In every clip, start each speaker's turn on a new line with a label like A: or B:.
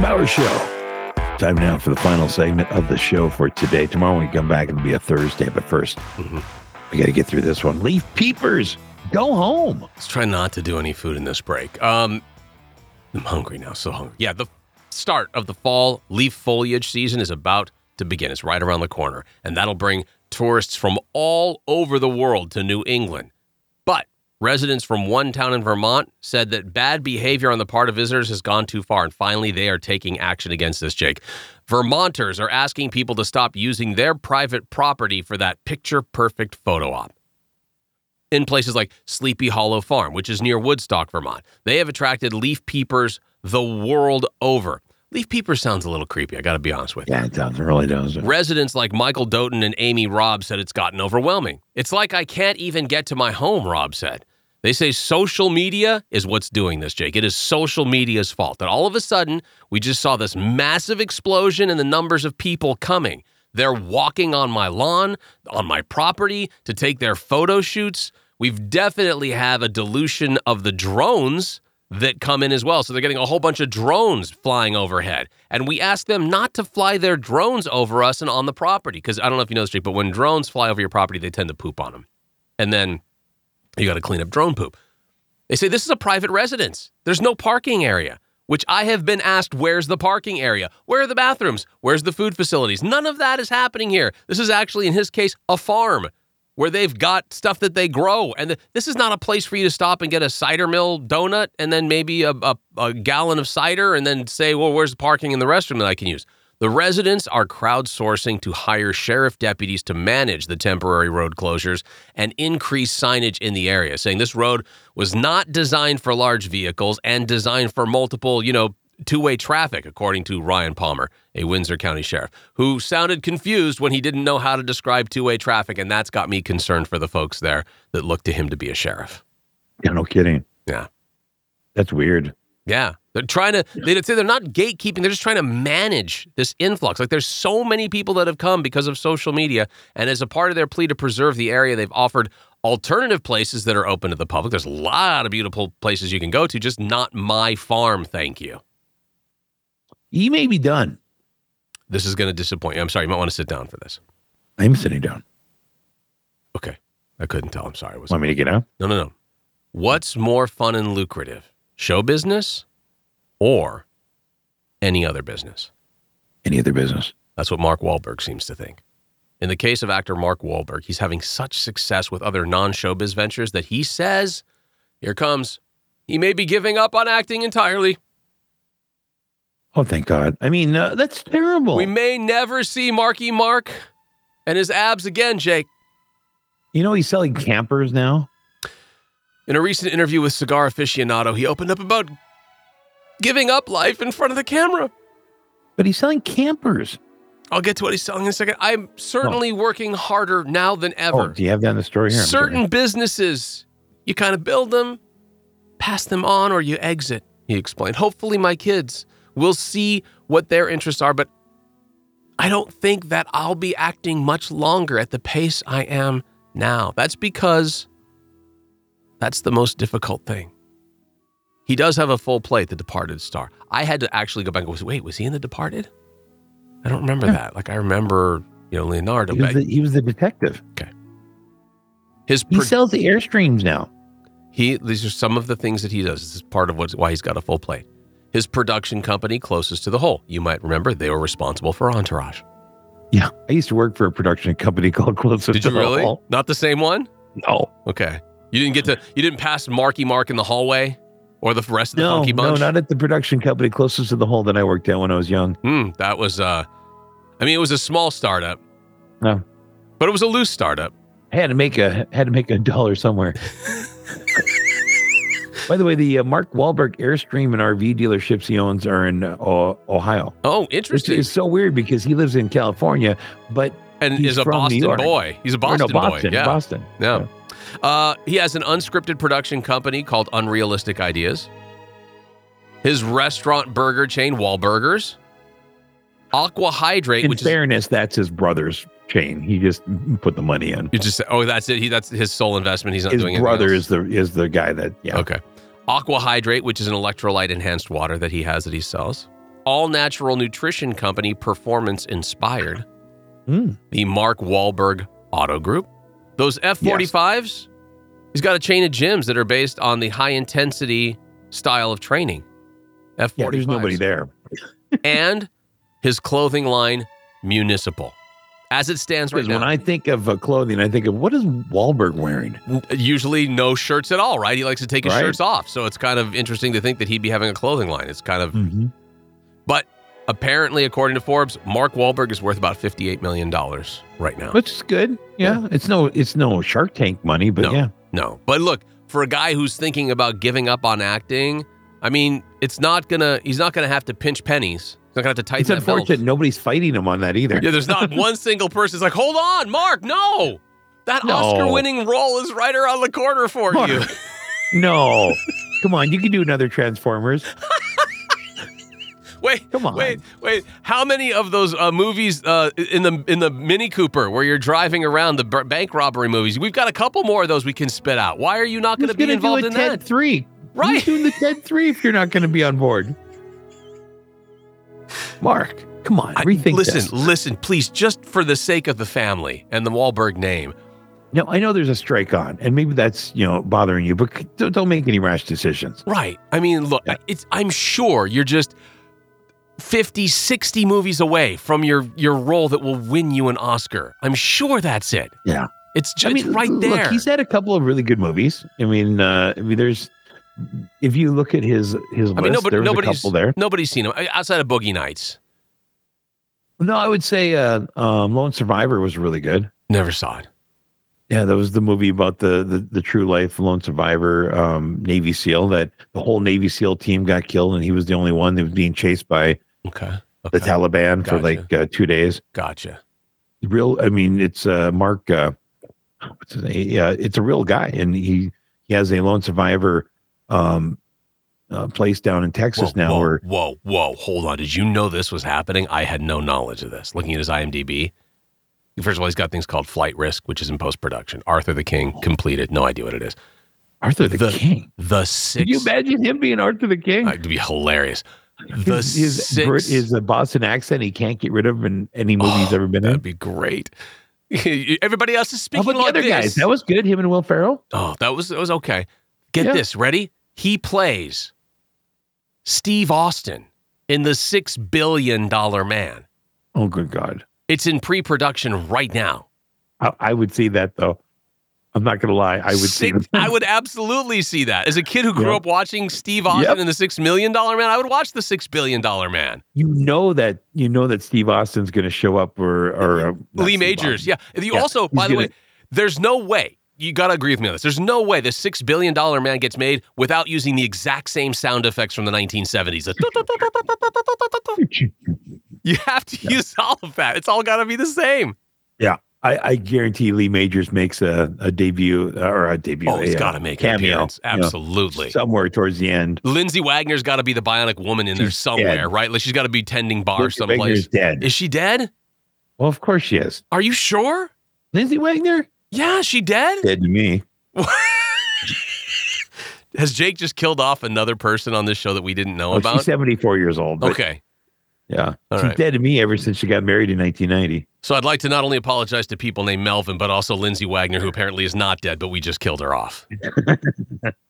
A: Bauer Show. Time now for the final segment of the show for today. Tomorrow when we come back, it'll be a Thursday, but 1st
B: Mhm.
A: we got to get through this one. Leaf peepers, go home.
B: Let's try not to do any food in this break. Um, I'm hungry now, so hungry. Yeah, the start of the fall leaf foliage season is about to begin. It's right around the corner, and that'll bring tourists from all over the world to New England. But residents from one town in Vermont said that bad behavior on the part of visitors has gone too far, and finally they are taking action against this, Jake. Vermonters are asking people to stop using their private property for that picture perfect photo op in places like Sleepy Hollow Farm, which is near Woodstock, Vermont. They have attracted leaf peepers the world over. Leaf peeper sounds a little creepy, I gotta be honest with you.
A: Yeah, it sounds it really does.
B: Residents like Michael Doughton and Amy Robb said it's gotten overwhelming. It's like I can't even get to my home, Robb said. They say social media is what's doing this, Jake. It is social media's fault. That all of a sudden, we just saw this massive explosion in the numbers of people coming. They're walking on my lawn, on my property to take their photo shoots. We've definitely have a dilution of the drones that come in as well. So they're getting a whole bunch of drones flying overhead. And we ask them not to fly their drones over us and on the property. Because I don't know if you know this, Jake, but when drones fly over your property, they tend to poop on them. And then you got to clean up drone poop. They say this is a private residence. There's no parking area, which I have been asked where's the parking area? Where are the bathrooms? Where's the food facilities? None of that is happening here. This is actually, in his case, a farm where they've got stuff that they grow. And th- this is not a place for you to stop and get a cider mill donut and then maybe a, a, a gallon of cider and then say, well, where's the parking in the restroom that I can use? The residents are crowdsourcing to hire sheriff deputies to manage the temporary road closures and increase signage in the area, saying this road was not designed for large vehicles and designed for multiple, you know, two way traffic, according to Ryan Palmer, a Windsor County sheriff, who sounded confused when he didn't know how to describe two way traffic. And that's got me concerned for the folks there that look to him to be a sheriff.
A: Yeah, no kidding.
B: Yeah.
A: That's weird.
B: Yeah. They're trying to, they say they're not gatekeeping. They're just trying to manage this influx. Like there's so many people that have come because of social media. And as a part of their plea to preserve the area, they've offered alternative places that are open to the public. There's a lot of beautiful places you can go to, just not my farm. Thank you.
A: He may be done.
B: This is going to disappoint you. I'm sorry. You might want to sit down for this.
A: I'm sitting down.
B: Okay. I couldn't tell. I'm sorry. It was
A: Want me to get out?
B: No, no, no. What's more fun and lucrative? Show business or any other business?
A: Any other business?
B: That's what Mark Wahlberg seems to think. In the case of actor Mark Wahlberg, he's having such success with other non showbiz ventures that he says, here comes, he may be giving up on acting entirely.
A: Oh, thank God. I mean, uh, that's terrible.
B: We may never see Marky Mark and his abs again, Jake.
A: you know, he's selling campers now.
B: In a recent interview with Cigar Aficionado, he opened up about giving up life in front of the camera.
A: But he's selling campers.
B: I'll get to what he's selling in a second. I'm certainly working harder now than
A: Oh,
B: ever.
A: do you have that in the story here? I'm sorry.
B: Certain businesses, you kind of build them, pass them on, or you exit, he explained. Hopefully, my kids will see what their interests are, but I don't think that I'll be acting much longer at the pace I am now. That's because that's the most difficult thing. He does have a full plate, the Departed star. I had to actually go back and go, wait, was he in The Departed? I don't remember that. Like, I remember, you know, Leonardo.
A: He was, the,
B: But
A: he was the detective.
B: his
A: He
B: pro-
A: sells the Airstreams now.
B: He these are some of the things that he does. This is part of what's why he's got a full plate. His production company closest to the hole. You might remember they were responsible for Entourage.
A: Yeah, I used to work for a production company called Closer
B: Did
A: to
B: you really?
A: the Hall.
B: Not the same one?
A: No,
B: Okay. You didn't get to you didn't pass Marky Mark in the hallway or the rest of the
A: no,
B: funky
A: no,
B: bunch?
A: not at the production company closest to the hole that I worked at when I was young.
B: Hmm, that was uh I mean it was a small startup.
A: No.
B: But it was a loose startup.
A: I had to make a had to make a dollar somewhere. By the way, the uh, Mark Wahlberg Airstream and RV dealerships he owns are in uh, O- Ohio,
B: Oh,
A: which
B: interesting.
A: is so weird because he lives in California, but
B: and
A: he's
B: is a
A: from New
B: Boston
A: York.
B: boy. He's a
A: or
B: Boston,
A: no, Boston,
B: boy. Yeah.
A: Boston.
B: Yeah. Uh, he has an unscripted production company called Unrealistic Ideas. His restaurant burger chain, Wahlburgers. Aqua Hydrate,
A: In
B: which is
A: fairness, that's his brother's chain. He just put the money in.
B: you just say, oh, that's it. He that's his sole investment. He's not
A: His
B: doing anything
A: brother
B: else.
A: is the is the guy that yeah.
B: Okay. Aqua Hydrate, which is an electrolyte enhanced water that he has that he sells. all natural nutrition company Performance Inspired,
A: Mm.
B: the Mark Wahlberg Auto Group. Those F 45s, he's got a chain of gyms that are based on the high intensity style of training. F 45s.
A: Yeah, there's nobody there.
B: And his clothing line, Municipal. As it stands right
A: Because
B: now,
A: when I think of uh, clothing, I think of what is Wahlberg wearing?
B: usually no shirts at all, right? He likes to take his
A: Right.
B: shirts off. So it's kind of interesting to think that he'd be having a clothing line. It's kind of
A: Mm-hmm.
B: apparently, according to Forbes, Mark Wahlberg is worth about $58 million right now.
A: Which is good. Yeah. It's no it's no Shark Tank money, but
B: No.
A: yeah.
B: No. But look, for a guy who's thinking about giving up on acting, I mean, it's not going to, he's not going to have to pinch pennies. He's not going to have to tighten
A: It's
B: that belt.
A: unfortunate nobody's fighting him on that either.
B: Yeah, there's not one single person that's like, hold on, Mark, no. That
A: No.
B: Oscar winning role is right around the corner for
A: Mark.
B: you.
A: No. Come on, you can do another Transformers.
B: Wait,
A: Come on.
B: Wait, wait. How many of those uh, movies uh, in the in the Mini Cooper where you're driving around the b- bank robbery movies? We've got a couple more of those we can spit out. Why are you not going
A: Who's
B: to be
A: gonna
B: involved
A: do a
B: in
A: Ted
B: that?
A: three? Who's
B: Right?
A: doing the Ted three if you're not gonna be on board? Mark, come on,
B: I-
A: rethink
B: listen,
A: this.
B: listen, please, just for the sake of the family and the Wahlberg name.
A: Now I know there's a strike on, and maybe that's you know bothering you, but c- don't, don't make any rash decisions.
B: Right. I mean, look,
A: Yeah.
B: it's I'm sure you're just 50, 60 movies away from your your role that will win you an Oscar. I'm sure that's it.
A: Yeah.
B: It's just
A: I mean,
B: right
A: look,
B: there.
A: he's had a couple of really good movies. I mean, uh, I mean, there's if you look at his his list,
B: I mean, nobody,
A: there was a
B: nobody's
A: couple there.
B: nobody's seen him I- outside of Boogie Nights.
A: No, I would say uh, um, Lone Survivor was really good.
B: Never saw it.
A: Yeah, that was the movie about the the, the true life lone survivor um, Navy SEAL that the whole Navy SEAL team got killed, and he was the only one that was being chased by
B: Okay.
A: the
B: Okay.
A: Taliban for
B: Gotcha.
A: like uh, two days.
B: Gotcha.
A: real i mean it's uh mark uh what's his name yeah it's a real guy and he he has a lone survivor um uh, place down in texas now
B: whoa,
A: where
B: whoa, whoa, hold on. Did you know this was happening? I had no knowledge of this. Looking at his IMDb, first of all, he's got things called Flight Risk, which is in post production. Arthur the King completed. No idea what it is.
A: arthur the,
B: the
A: king
B: The
A: Could
B: six. Uh,
A: you imagine him being arthur the king
B: It'd be hilarious. The
A: his, his,
B: six.
A: Brit- his uh, boston accent he can't get rid of in any movie he's
B: Oh,
A: ever been in
B: that'd be great. Everybody else is
A: how
B: speaking
A: about the
B: like
A: other
B: this.
A: guys that was good him and will ferrell
B: Oh, that was that was okay. Get
A: Yeah.
B: this, ready? He plays Steve Austin in the Six Billion Dollar Man.
A: oh good god
B: It's in pre-production right now.
A: i, I would see that though i'm not gonna lie i would see
B: Six- I would absolutely see that. As a kid who grew
A: Yep.
B: up watching Steve Austin
A: Yep.
B: in the Six Million Dollar Man, I would watch the Six Billion Dollar Man.
A: you know that you know that steve austin's gonna show up or or uh, not
B: Lee
A: Steve
B: Majors, yeah. If You
A: Yeah,
B: also, by the
A: gonna-
B: way, there's no way. You gotta agree with me on this. There's no way the Six Billion Dollar Man gets made without using the exact same sound effects from the 1970s. The-
A: Austin.
B: You have to use all of that. It's all got to be the same.
A: I, I guarantee Lee Majors makes a, a debut uh, or a debut.
B: Oh, he's
A: a,
B: got to make an
A: cameo,
B: appearance.
A: you know,
B: Absolutely.
A: somewhere towards the end.
B: Lindsay Wagner's got to be the bionic woman in there
A: She's
B: somewhere,
A: dead.
B: right? Like she's got to be tending bar
A: Lindsay
B: someplace.
A: Wagner's dead.
B: Is she dead?
A: well, of course she is.
B: Are you sure?
A: Lindsay Wagner
B: Yeah, is she dead?
A: dead to me.
B: Has Jake just killed off another person on this show that we didn't know
A: Oh, she's
B: about?
A: seventy four years old. but
B: Okay.
A: yeah,
B: All
A: she's
B: right.
A: dead to me ever since she got married in nineteen ninety.
B: So I'd like to not only apologize to people named Melvin, but also Lindsay Wagner, who apparently is not dead, but we just killed her off.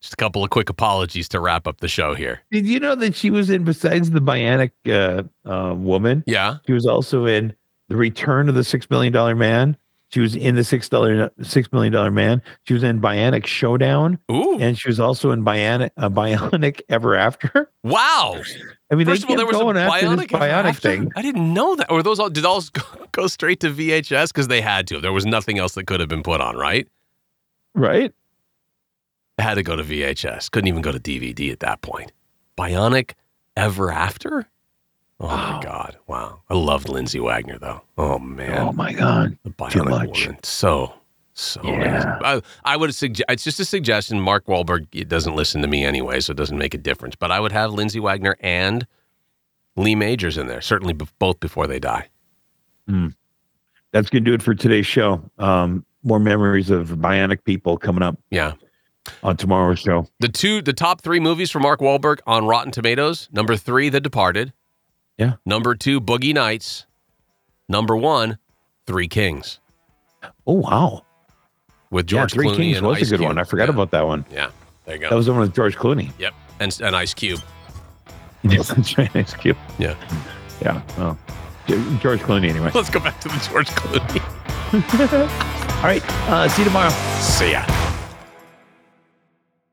B: just a couple of quick apologies to wrap up the show here.
A: Did you know that she was in besides the Bionic uh, uh, Woman?
B: Yeah.
A: She was also in the Return of the Six Million Dollar Man. She was in the Six Dollar Six Million Dollar Man. She was in Bionic Showdown,
B: Ooh.
A: and she was also in Bionic uh, Bionic Ever After.
B: Wow.
A: I mean,
B: First
A: they
B: of all, there
A: kept
B: was a
A: going after
B: bionic,
A: this
B: ever
A: bionic
B: after?
A: thing.
B: I didn't know that. Or those all did all go, go straight to VHS because they had to. There was nothing else that could have been put on, right?
A: Right?
B: It had to go to VHS. Couldn't even go to DVD at that point. Bionic Ever After. Oh
A: Wow.
B: my God! Wow, I loved Lindsay Wagner though. Oh man,
A: Oh my god.
B: the Bionic
A: too much.
B: Woman. So so.
A: Yeah.
B: amazing. I, I would suggest. It's just a suggestion. Mark Wahlberg it doesn't listen to me anyway, so it doesn't make a difference. But I would have Lindsay Wagner and Lee Majors in there. Certainly, b- both before they die.
A: That's gonna do it for today's show. Um, more memories of bionic people coming up
B: Yeah.
A: on tomorrow's show.
B: The two, the top three movies for Mark Wahlberg on Rotten Tomatoes. Number three, The Departed.
A: Yeah.
B: Number two, Boogie Nights. Number one, Three Kings
A: Oh wow,
B: with
A: yeah,
B: George
A: Three
B: Clooney
A: Kings
B: and
A: was
B: Ice
A: a good
B: Cube.
A: one. I forgot
B: Yeah,
A: about that one.
B: Yeah, there you go.
A: That was the one with George Clooney.
B: yep, and and Ice Cube.
A: That's right, Ice Cube.
B: Yeah.
A: yeah. Oh. Ge- George Clooney, anyway.
B: Let's go back to the George Clooney.
A: All right. Uh, see you tomorrow.
B: See ya.